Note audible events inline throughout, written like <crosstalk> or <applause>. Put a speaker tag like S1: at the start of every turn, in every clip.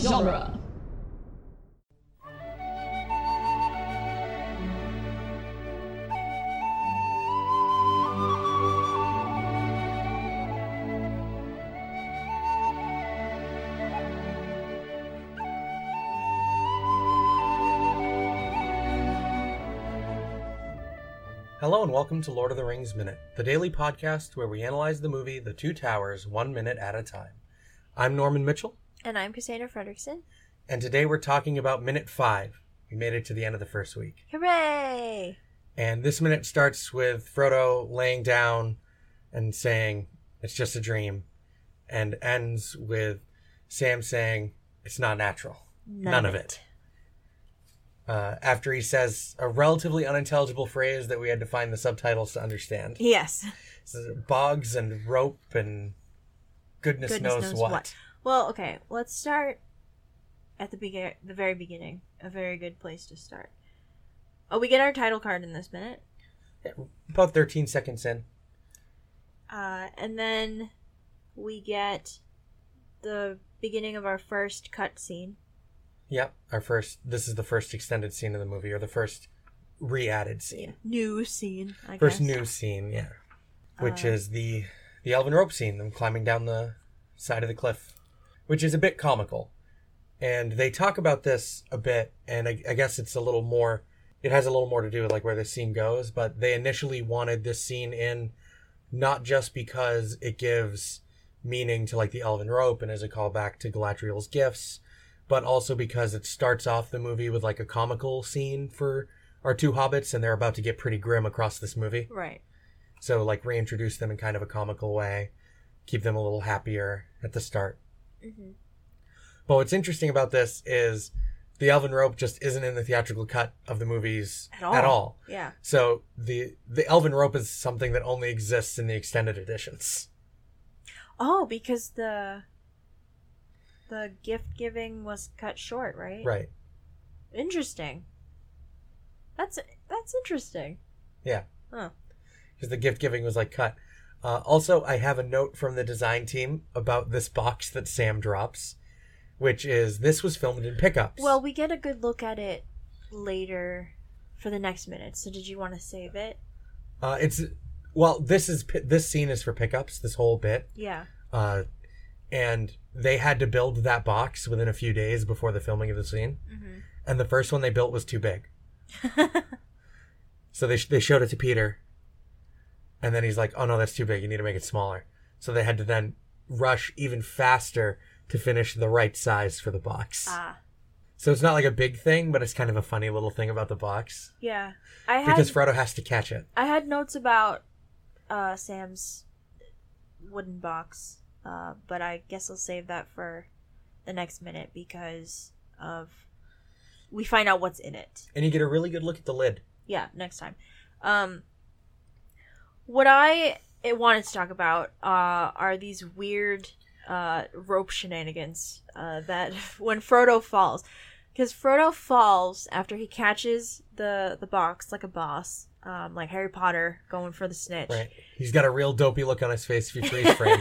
S1: genre.
S2: Hello and welcome to Lord of the Rings Minute, the daily podcast where we analyze the movie The Two Towers one minute at a time. I'm Norman Mitchell,
S3: And I'm Crusader Fredrickson.
S2: and today we're talking about minute five. We made it to the end of the first week.
S3: Hooray!
S2: And this minute starts with Frodo laying down and saying, It's just a dream, and ends with Sam saying, It's not natural. None of it. Uh, after he says a relatively unintelligible phrase that we had to find the subtitles to understand.
S3: Yes.
S2: bogs and rope and <laughs> goodness, knows, what.
S3: Well, okay, let's start at the begin the very beginning. A very good place to start. Oh, we get our title card in this minute.
S2: About 13 seconds in.
S3: Uh, and then we get the beginning of our first cutscene.
S2: Yep, our first. This is the first extended scene of the movie, or the first re-added scene,
S3: New scene, I
S2: first
S3: guess.
S2: new scene. Yeah, which
S3: Uh,
S2: is the the elven rope scene, them climbing down the side of the cliff, which is a bit comical. And they talk about this a bit, and I, I guess it's a little more. It has a little more to do with like where this scene goes, but they initially wanted this scene in, not just because it gives meaning to like the elven rope and is a callback to Galadriel's gifts, but also because it starts off the movie with like a comical scene for our two hobbits, and they're about to get pretty grim across this movie.
S3: Right.
S2: So like reintroduce them in kind of a comical way, keep them a little happier at the start.
S3: hmm
S2: But what's interesting about this is the Elven rope just isn't in the theatrical cut of the movies
S3: At all.
S2: At all.
S3: Yeah.
S2: So the the Elven rope is something that only exists in the extended editions.
S3: Oh, because the the gift giving was cut short, right?
S2: Right.
S3: Interesting. That's that's interesting.
S2: Yeah.
S3: Huh.
S2: Because the gift giving was like cut. Uh, also, I have a note from the design team about this box that Sam drops, which is this was filmed in pickups.
S3: Well, we get a good look at it later for the next minute. So did you want to save it?
S2: uh, it's well, this is pi- this scene is for pickups. This whole bit.
S3: Yeah.
S2: uh, and they had to build that box within a few days before the filming of the scene.
S3: Mm-hmm. <laughs>
S2: And the first one they built was too big, so they sh- they showed it to Peter, and then he's like, "Oh no, that's too big. You need to make it smaller." So they had to then rush even faster to finish the right size for the box.
S3: ah.
S2: So it's not like a big thing, but it's kind of a funny little thing about the box
S3: Yeah. I had
S2: because Frodo has to catch it.
S3: I had notes about uh, Sam's wooden box, uh, but I guess I'll save that for the next minute because of we find out what's in it.
S2: And you get a really good look at the lid.
S3: yeah next time um what i eh, wanted to talk about uh are these weird uh rope shenanigans uh that <laughs> when frodo falls because frodo falls after he catches the the box like a boss um like harry potter going for the snitch
S2: Right. He's got a real dopey look on his face if you freeze
S3: <laughs>
S2: frame.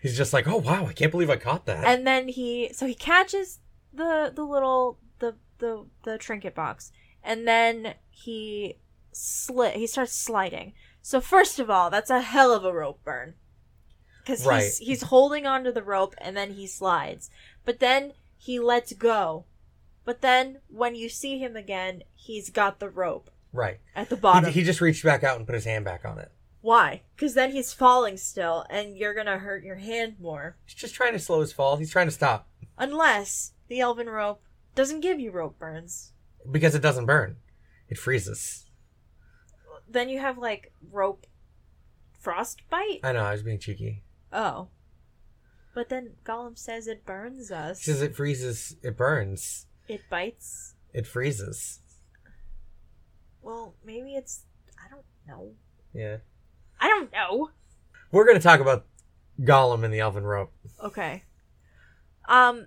S2: He's just like, "Oh wow, I can't believe I caught that."
S3: and then he so he catches the the little the the the trinket box and then he slit he starts sliding so first of all that's a hell of a rope burn because
S2: Right.
S3: he's he's holding onto the rope and then he slides but then he lets go but then when you see him again he's got the rope
S2: right.
S3: at the
S2: He-
S3: bottom
S2: He, just reached back out and put his hand back on it.
S3: why because then he's falling still and you're gonna hurt your hand more
S2: He's just trying to slow his fall. He's trying to stop
S3: unless the elven rope doesn't give you rope burns
S2: because it doesn't burn. It freezes.
S3: then you have like rope frostbite.
S2: I know, I was being cheeky.
S3: Oh. But then Gollum says it burns us.
S2: He says it freezes, it burns,
S3: It bites.
S2: it freezes.
S3: Well, maybe it's I don't know.
S2: Yeah.
S3: I don't know.
S2: We're going to talk about Gollum and the Elven Rope.
S3: Okay. Um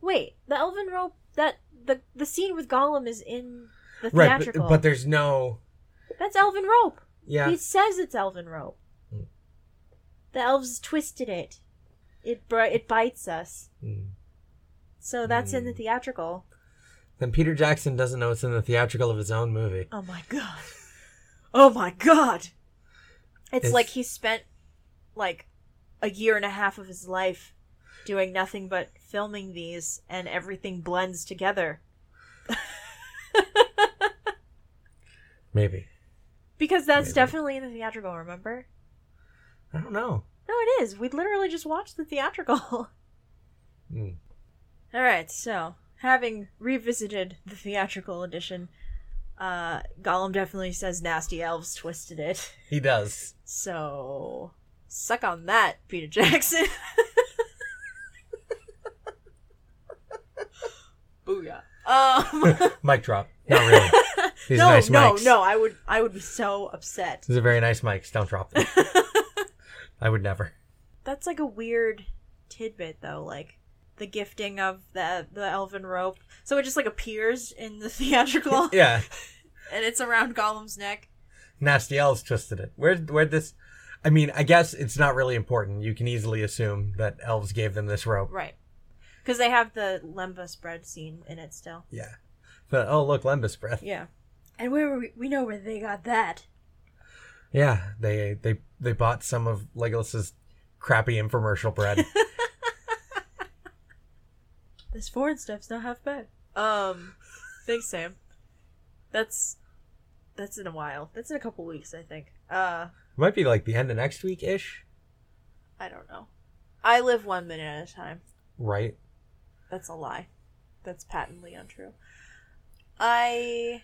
S3: wait, the elven rope that the the scene with Gollum is in the
S2: Right,
S3: theatrical.
S2: but, but there's no.
S3: That's elven rope.
S2: Yeah.
S3: He says it's elven rope.
S2: Hmm.
S3: The elves twisted it. It br- it bites us.
S2: Mm.
S3: So that's in the theatrical.
S2: Then Peter Jackson doesn't know it's in the theatrical of his own movie.
S3: Oh my god. Oh my god. It's,
S2: It's-
S3: like he spent like a year and a half of his life doing nothing but filming these and everything blends together.
S2: Maybe.
S3: Because that's
S2: Maybe.
S3: definitely in the theatrical, remember?
S2: I don't know.
S3: No, it is. We literally just watched the theatrical. <laughs>
S2: Hmm.
S3: All right, so having revisited the theatrical edition, uh, Gollum definitely says nasty elves twisted it.
S2: He does.
S3: So suck on that, Peter Jackson. <laughs> Booyah. Um,
S2: Mic drop. Not really. <laughs>
S3: <laughs>
S2: These
S3: no,
S2: are nice
S3: no,
S2: mics.
S3: no. I would, I would be so upset.
S2: These are very nice mics. Don't drop
S3: <laughs>
S2: them. I would never.
S3: That's like a weird tidbit, though. Like the gifting of the the elven rope, so it just like appears in the <laughs>
S2: <laughs>
S3: theatrical,
S2: Yeah.
S3: and it's around Gollum's neck.
S2: Nasty L's twisted it. Where where this I mean, I guess it's not really important. You can easily assume that elves gave them this rope.
S3: Right, because they have the Lemba spread scene in it still.
S2: Yeah. But oh look, Lembas breath.
S3: Yeah, and where were we? We know where they got that.
S2: Yeah, they they they bought some of Legolas's crappy infomercial
S3: <laughs>
S2: bread.
S3: This foreign stuff's not half bad. Um, thanks, Sam. That's that's in a while. That's in a couple weeks, I think. Uh,
S2: Might be like the end of next week ish,
S3: I don't know. I live one minute at a time.
S2: right?
S3: That's a lie. That's patently untrue. <laughs> I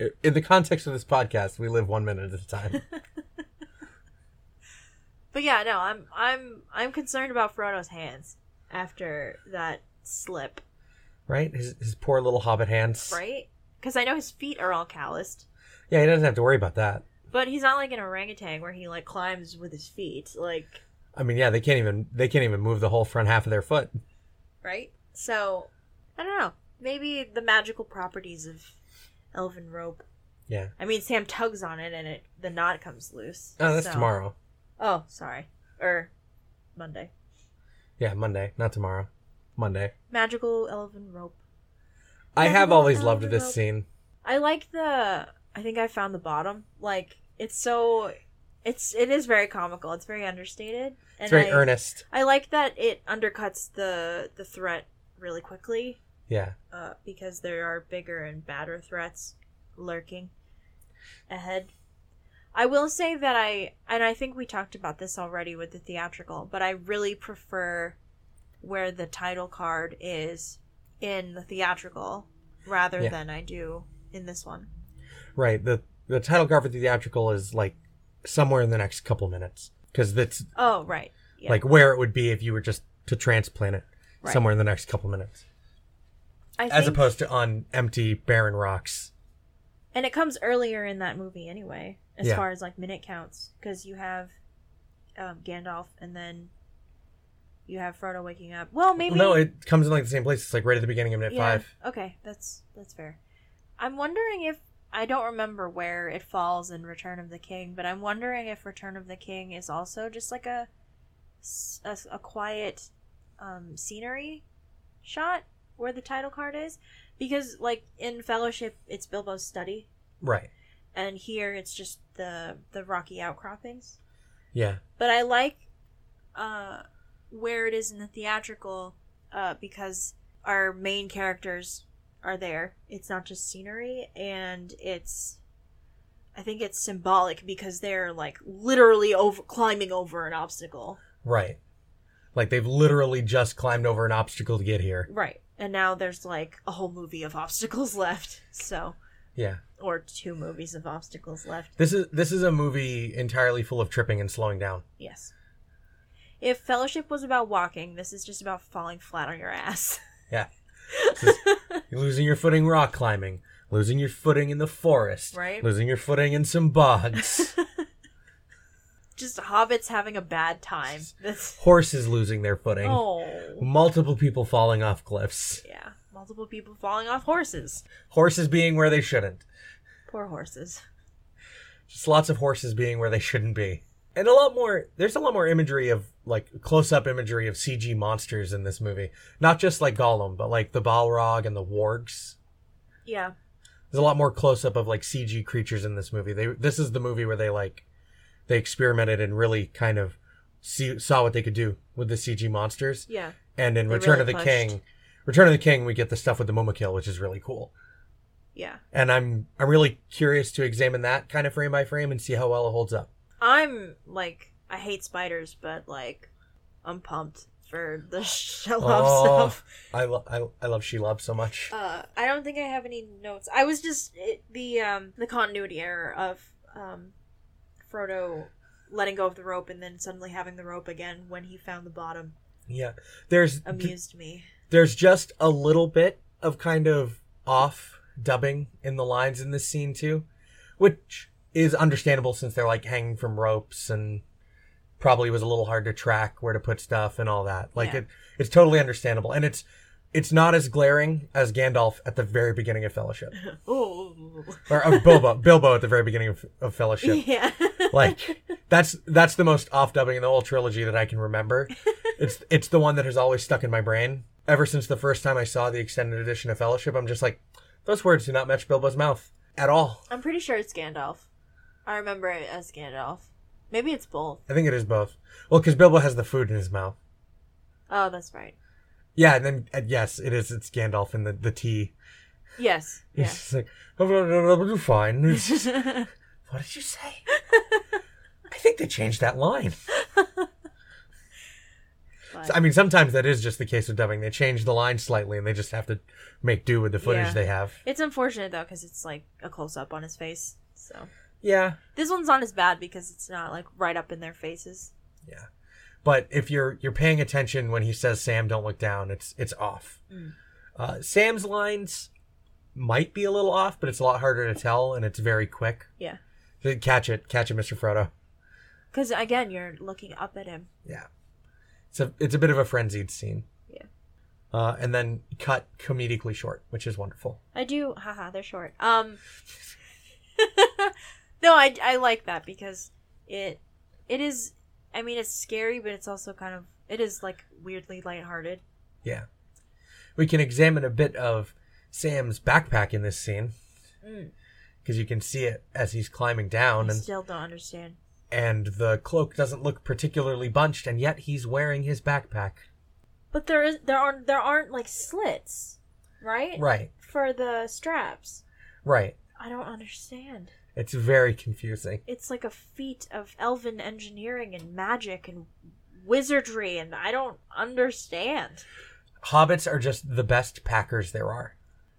S2: I- In the context of this podcast, we live one minute at a
S3: <laughs>
S2: time.
S3: but yeah, no, I'm I'm I'm concerned about Frodo's hands after that slip,
S2: right? His, his poor little hobbit hands.
S3: right? Because I know his feet are all calloused.
S2: Yeah, he doesn't have to worry about that.
S3: But he's not like an orangutan where he like climbs with his feet, like
S2: I mean, yeah, they can't even they can't even move the whole front half of their foot.
S3: right? So I don't know. Maybe the magical properties of elven rope.
S2: Yeah.
S3: I mean, Sam tugs on it and it the knot comes loose.
S2: Oh, that's
S3: so-
S2: tomorrow.
S3: Oh, sorry, or Monday.
S2: Yeah, Monday, not tomorrow. Monday.
S3: Magical elven rope.
S2: I
S3: Yeah,
S2: have
S3: well,
S2: always
S3: I
S2: loved
S3: don't
S2: this
S3: know.
S2: scene.
S3: I like the. I think I found the bottom. Like it's so. It's it is very comical. It's very understated. And
S2: It's very
S3: I,
S2: earnest.
S3: I like that it undercuts the the threat really quickly
S2: Yeah.
S3: uh, because there are bigger and badder threats lurking ahead. I will say that I, and I think we talked about this already with the theatrical, but I really prefer where the title card is in the theatrical rather
S2: Yeah.
S3: than I do in this one.
S2: Right. The the title card for the theatrical is like somewhere in the next couple minutes because that's
S3: Oh, right. Yeah.
S2: like where it would be if you were just to transplant it
S3: Right.
S2: somewhere in the next couple minutes,
S3: I
S2: as opposed to on empty barren rocks.
S3: and it comes earlier in that movie anyway, as
S2: Yeah.
S3: far as like minute counts, because you have um, Gandalf and then you have Frodo waking up. Well, maybe
S2: No, it comes in like the same place. It's like right at the beginning of minute five.
S3: Okay, that's that's fair. I'm wondering if I don't remember where it falls in Return of the King, but I'm wondering if Return of the King is also just like a s- a s- a quiet um, scenery shot where the title card is, because like in Fellowship, it's Bilbo's study,
S2: Right.
S3: and here it's just the the rocky outcroppings
S2: Yeah.
S3: but I like uh, where it is in the theatrical uh, because our main characters are there. It's not just scenery, and it's I think it's symbolic because they're like literally over climbing over an obstacle,
S2: Right. Like they've literally just climbed over an obstacle to get here.
S3: right? And now there's like a whole movie of obstacles <laughs> left, so
S2: Yeah.
S3: or two movies of obstacles left.
S2: This is this is a movie entirely full of tripping and slowing down.
S3: Yes. If Fellowship was about walking, this is just about falling flat on your ass. <laughs>
S2: You're losing your footing rock climbing, losing your footing in the forest,
S3: Right.
S2: losing your footing in some
S3: <laughs>
S2: bogs,
S3: just hobbits having a bad time. That's
S2: horses losing their footing,
S3: oh
S2: multiple people falling off cliffs,
S3: yeah, multiple people falling off horses.
S2: horses being where they shouldn't.
S3: Poor horses.
S2: Just lots of horses being where they shouldn't be. and a lot more there's a lot more imagery of like close-up imagery of cg monsters in this movie not just like gollum but like the balrog and the wargs
S3: Yeah.
S2: there's a lot more close-up of like cg creatures in this movie they this is the movie where they like they experimented and really kind of see, saw what they could do with the cg monsters
S3: Yeah.
S2: and in
S3: They
S2: return
S3: really
S2: of the
S3: pushed.
S2: king return of the king we get the stuff with the Momo kill which is really cool
S3: Yeah.
S2: and i'm i'm really curious to examine that kind of frame by frame and see how well it holds up
S3: I'm like I hate spiders, but like I'm pumped for the <laughs> shell
S2: Oh.
S3: stuff.
S2: i, lo- I, I love she love so much
S3: Uh, I don't think I have any notes. I was just it, the um the continuity error of um Frodo letting go of the rope and then suddenly having the rope again when he found the bottom
S2: yeah there's
S3: amused me.
S2: there's just a little bit of kind of off dubbing in the lines in this scene too, which is understandable since they're like hanging from ropes and probably was a little hard to track where to put stuff and all that. Like
S3: Yeah.
S2: it, it's totally understandable, and it's it's not as glaring as Gandalf at the very beginning of Fellowship,
S3: Oh.
S2: or of Bilbo <laughs> Bilbo at the very beginning of, of Fellowship.
S3: Yeah.
S2: Like that's that's the most off dubbing in the whole trilogy that I can remember. It's it's the one that has always stuck in my brain ever since the first time I saw the extended edition of Fellowship. I'm just like, those words do not match Bilbo's mouth at all.
S3: <laughs> I'm pretty sure it's Gandalf. I remember it as Gandalf. Maybe it's both.
S2: I think it is both. Well, because Bilbo has the food in his mouth.
S3: Oh, that's right.
S2: Yeah, and then and yes, it is. It's Gandalf and the the tea.
S3: Yes.
S2: He's
S3: Yeah.
S2: just like, "Oh, fine. It's just-
S3: <laughs>
S2: what did you say? I think they changed that line.
S3: But-
S2: So, I mean, sometimes that is just the case with dubbing. They change the line slightly, and they just have to make do with the footage
S3: Yeah.
S2: they have.
S3: It's unfortunate though because it's like a close up on his face. So
S2: Yeah,
S3: this one's not as bad because it's not like right up in their faces.
S2: yeah. But if you're you're paying attention when he says Sam, don't look down. It's it's off.
S3: Mm.
S2: Uh, Sam's lines might be a little off, but it's a lot harder to tell, and it's very quick.
S3: Yeah,
S2: So Catch it, catch it, Mister Frodo.
S3: because again, you're looking up at him.
S2: Yeah, it's a it's a bit of a frenzied scene.
S3: Yeah.
S2: Uh, and then cut comedically short, which is wonderful.
S3: I do. Haha, they're short. Um. <laughs> no, I I like that because it it is. I mean, it's scary, but it's also kind of it is like weirdly lighthearted.
S2: Yeah. We can examine a bit of Sam's backpack in this scene
S3: Mm.
S2: because you can see it as he's climbing
S3: I
S2: down, and
S3: still don't understand.
S2: and the cloak doesn't look particularly bunched, and yet he's wearing his backpack.
S3: But there is there aren't there aren't like slits, right?
S2: Right,
S3: For the straps.
S2: right.
S3: I don't understand.
S2: It's very confusing.
S3: it's like a feat of elven engineering and magic and wizardry and i don't understand
S2: Hobbits are just the best packers there are.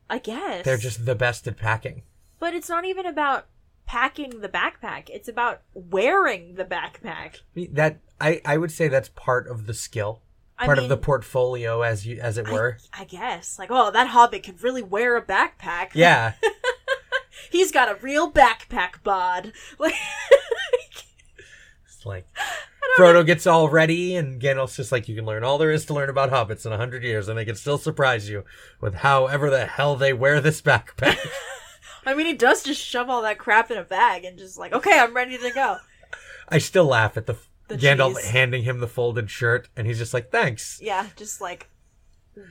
S3: i guess
S2: They're just the best at packing.
S3: but it's not even about packing the backpack it's about wearing the backpack
S2: That I, I would say that's part of the skill,
S3: I
S2: part of
S3: mean,
S2: the portfolio, as you as it
S3: I- <laughs>
S2: were.
S3: I, guess like oh that hobbit could really wear a backpack
S2: yeah,
S3: <laughs> he's got a real backpack bod <laughs> like
S2: It's like Frodo gets all ready, and Gandalf's just like, "You can learn all there is to learn about hobbits in a hundred years, and they can still surprise you with however the hell they wear this
S3: <laughs>
S2: backpack."
S3: i mean he does just shove all that crap in a bag and just like okay i'm ready to go
S2: I still laugh at the,
S3: The
S2: Gandalf
S3: cheese.
S2: handing him the folded shirt, and he's just like, "Thanks."
S3: yeah, just like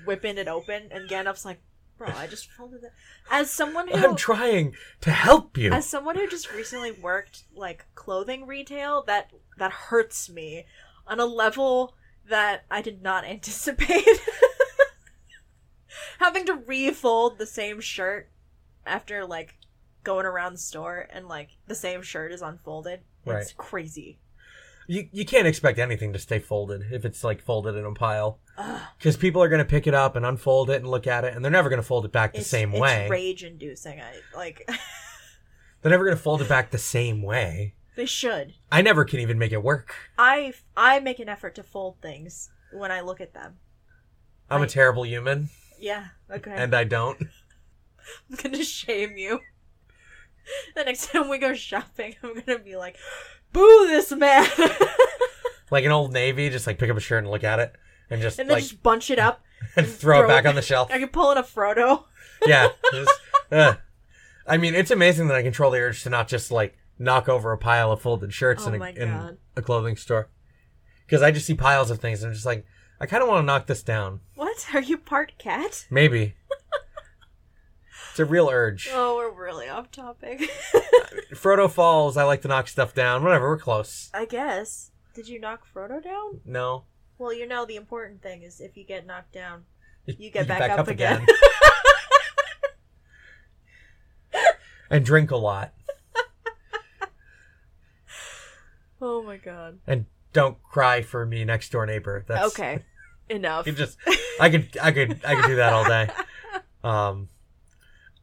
S3: whipping it open, and Gandalf's like, "Bro, I just folded that." As someone who,
S2: <laughs> I'm trying to help you.
S3: as someone who just recently worked like clothing retail, that that hurts me on a level that I did not <laughs> anticipate. Having to refold the same shirt after like going around the store and like the same shirt is unfolded. It's
S2: Right.
S3: crazy.
S2: you you can't expect anything to stay folded if it's like folded in a pile,
S3: Ugh,
S2: because people are gonna pick it up and unfold it and look at it, and they're never gonna fold it back the
S3: it's,
S2: same
S3: it's
S2: way.
S3: rage inducing. I like <laughs>
S2: They're never gonna fold it back the same way.
S3: they should.
S2: I never can even make it work.
S3: I I make an effort to fold things when I look at them.
S2: I'm
S3: Right.
S2: a terrible human,
S3: Yeah, okay.
S2: and I don't.
S3: I'm <laughs> gonna shame you. <laughs> The next time we go shopping, I'm gonna be like, "Boo this man!" <laughs>
S2: like an old navy, just like pick up a shirt and look at it, and just
S3: and then
S2: like
S3: just bunch it up.
S2: <laughs> and throw,
S3: throw
S2: it back
S3: it-
S2: on the shelf.
S3: I can pull in a Frodo. <laughs>
S2: yeah. just, uh. I mean, it's amazing that I control the urge to not just like knock over a pile of folded shirts
S3: Oh
S2: in, a,
S3: my
S2: in
S3: God.
S2: a clothing store because I just see piles of things and I'm just like, I kind of want to knock this down.
S3: What? Are you part cat?
S2: Maybe it's a real urge.
S3: Oh, we're really off topic. <laughs>
S2: Frodo falls. I like to knock stuff down. Whatever, we're close.
S3: I guess. Did you knock Frodo down?
S2: No,
S3: Well, you know the important thing is if you get knocked down, you get back, up, again.
S2: and drink a lot
S3: <laughs> oh my god.
S2: and don't cry for me next door neighbor. That's
S3: <laughs> Okay. Enough.
S2: It just I could I could I could do that all day. Um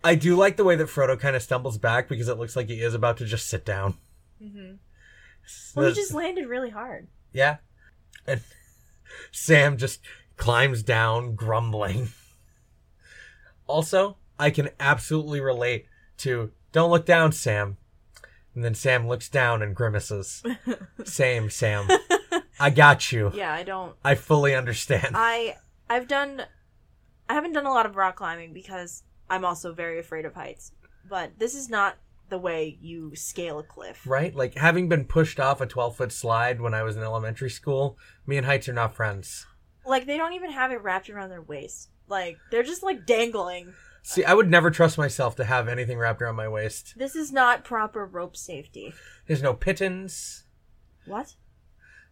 S2: I do like the way that Frodo kind of stumbles back because it looks like he is about to just sit down.
S3: hmm Well, he just landed really hard.
S2: yeah. And <laughs> Sam just climbs down grumbling. Also, I can absolutely relate to don't look down, Sam. And then Sam looks down and
S3: <laughs>
S2: grimaces. Same, Sam. I got you.
S3: <laughs> Yeah, I don't.
S2: I fully understand.
S3: I I've done. I haven't done a lot of rock climbing because I'm also very afraid of heights. But this is not the way you scale a cliff.
S2: Right? Like having been pushed off a 12 foot slide when I was in elementary school, me and heights are not friends.
S3: Like they don't even have it wrapped around their waist. Like they're just like dangling.
S2: See, I would never trust myself to have anything wrapped around my waist.
S3: This is not proper rope safety.
S2: There's no pittons.
S3: What?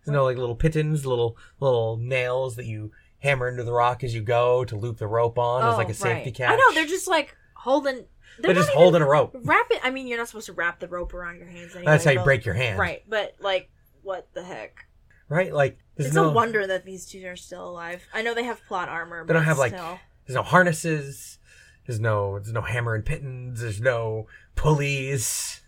S2: There's no like little pittons, little little nails that you hammer into the rock as you go to loop the rope on as Oh, like a safety
S3: Oh, right.
S2: catch.
S3: I know they're just like holding. They're,
S2: They're
S3: not
S2: just
S3: even
S2: holding a rope.
S3: Wrap it. I mean, you're not supposed to wrap the rope around your hands. Anyway,
S2: That's how you
S3: but-
S2: break your hand.
S3: Right, but like, what the heck?
S2: Right? Like there's
S3: it's
S2: no
S3: a wonder that these two are still alive. I know they have plot armor.
S2: They don't
S3: but
S2: have, like-
S3: still.
S2: there's no harnesses. There's no there's no hammer and pittons. There's no pulleys.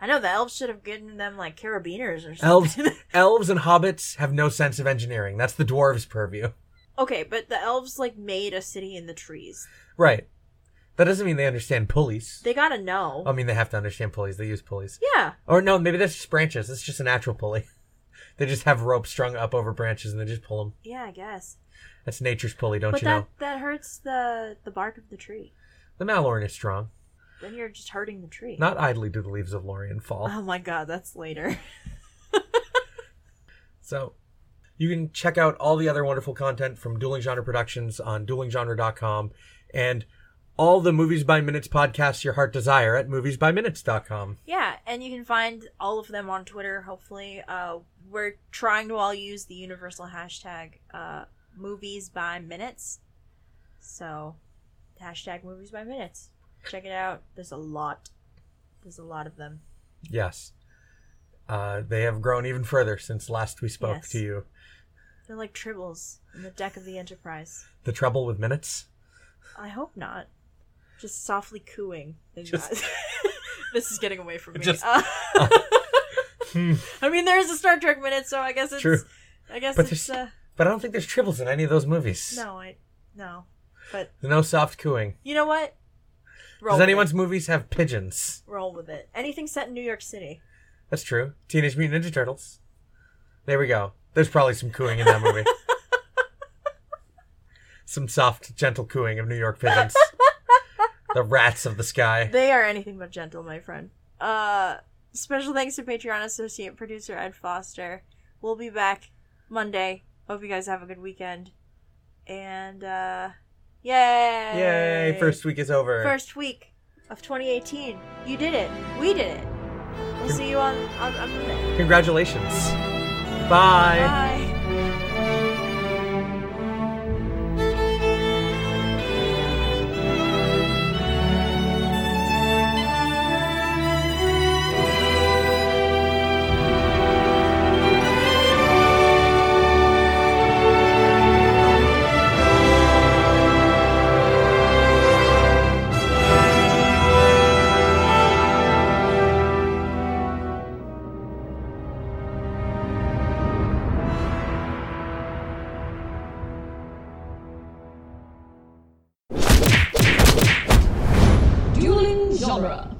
S3: I know the elves should have given them like carabiners or
S2: Elves
S3: <laughs> something.
S2: elves and hobbits have no sense of engineering. That's the dwarves' purview.
S3: okay, but the elves like made a city in the trees.
S2: Right. That doesn't mean they understand pulleys.
S3: They gotta know.
S2: I mean, they have to understand pulleys. They use pulleys.
S3: yeah,
S2: Or no, maybe that's just branches. It's just a natural pulley. <laughs> They just have ropes strung up over branches and they just pull them.
S3: yeah, I guess.
S2: That's nature's pulley, don't
S3: but
S2: you
S3: that
S2: know?
S3: that hurts the the bark of the tree.
S2: The Malorn is strong.
S3: Then you're just hurting the tree.
S2: Not idly do the leaves of Lorien fall.
S3: Oh my god, that's later.
S2: So you can check out all the other wonderful content from Dueling Genre Productions on duelinggenre.com and all the Movies by Minutes podcasts your heart desire at moviesbyminutes.com.
S3: Yeah, and you can find all of them on Twitter, hopefully. Uh, we're trying to all use the universal hashtag uh, movies by minutes. So, hashtag movies by minutes. Check it out. There's a lot. There's a lot of them.
S2: Yes. Uh, they have grown even further since last we spoke
S3: Yes.
S2: to you.
S3: They're like tribbles in the deck of the Enterprise.
S2: The trouble with minutes?
S3: I hope not. Just softly cooing. in
S2: Just-
S3: that- <laughs> this is getting away from me.
S2: Just- <laughs>
S3: Uh,
S2: Hmm.
S3: <laughs> I mean, there is a Star Trek minute, so I guess it's.
S2: True.
S3: I guess
S2: But
S3: it's. Uh,
S2: there's- But I don't think there's tribbles in any of those movies.
S3: no, I. No. But
S2: No soft cooing.
S3: You know what?
S2: Does
S3: with
S2: anyone's movies have pigeons?
S3: it. roll with it? Anything set in New York City?
S2: That's true. Teenage Mutant Ninja Turtles. There we go. There's probably some cooing in that
S3: <laughs>
S2: movie. some soft, gentle cooing of New York
S3: <laughs>
S2: pigeons. the rats of the sky.
S3: They are anything but gentle, my friend. Uh, special thanks to Patreon associate producer Ed Foster. We'll be back Monday. Hope you guys have a good weekend. And uh, yay!
S2: Yay! First week is over.
S3: first week of 2018. You did it. We did it. We'll see you on on, on Monday.
S2: Congratulations. Bye.
S3: Bye.
S1: Dueling genre.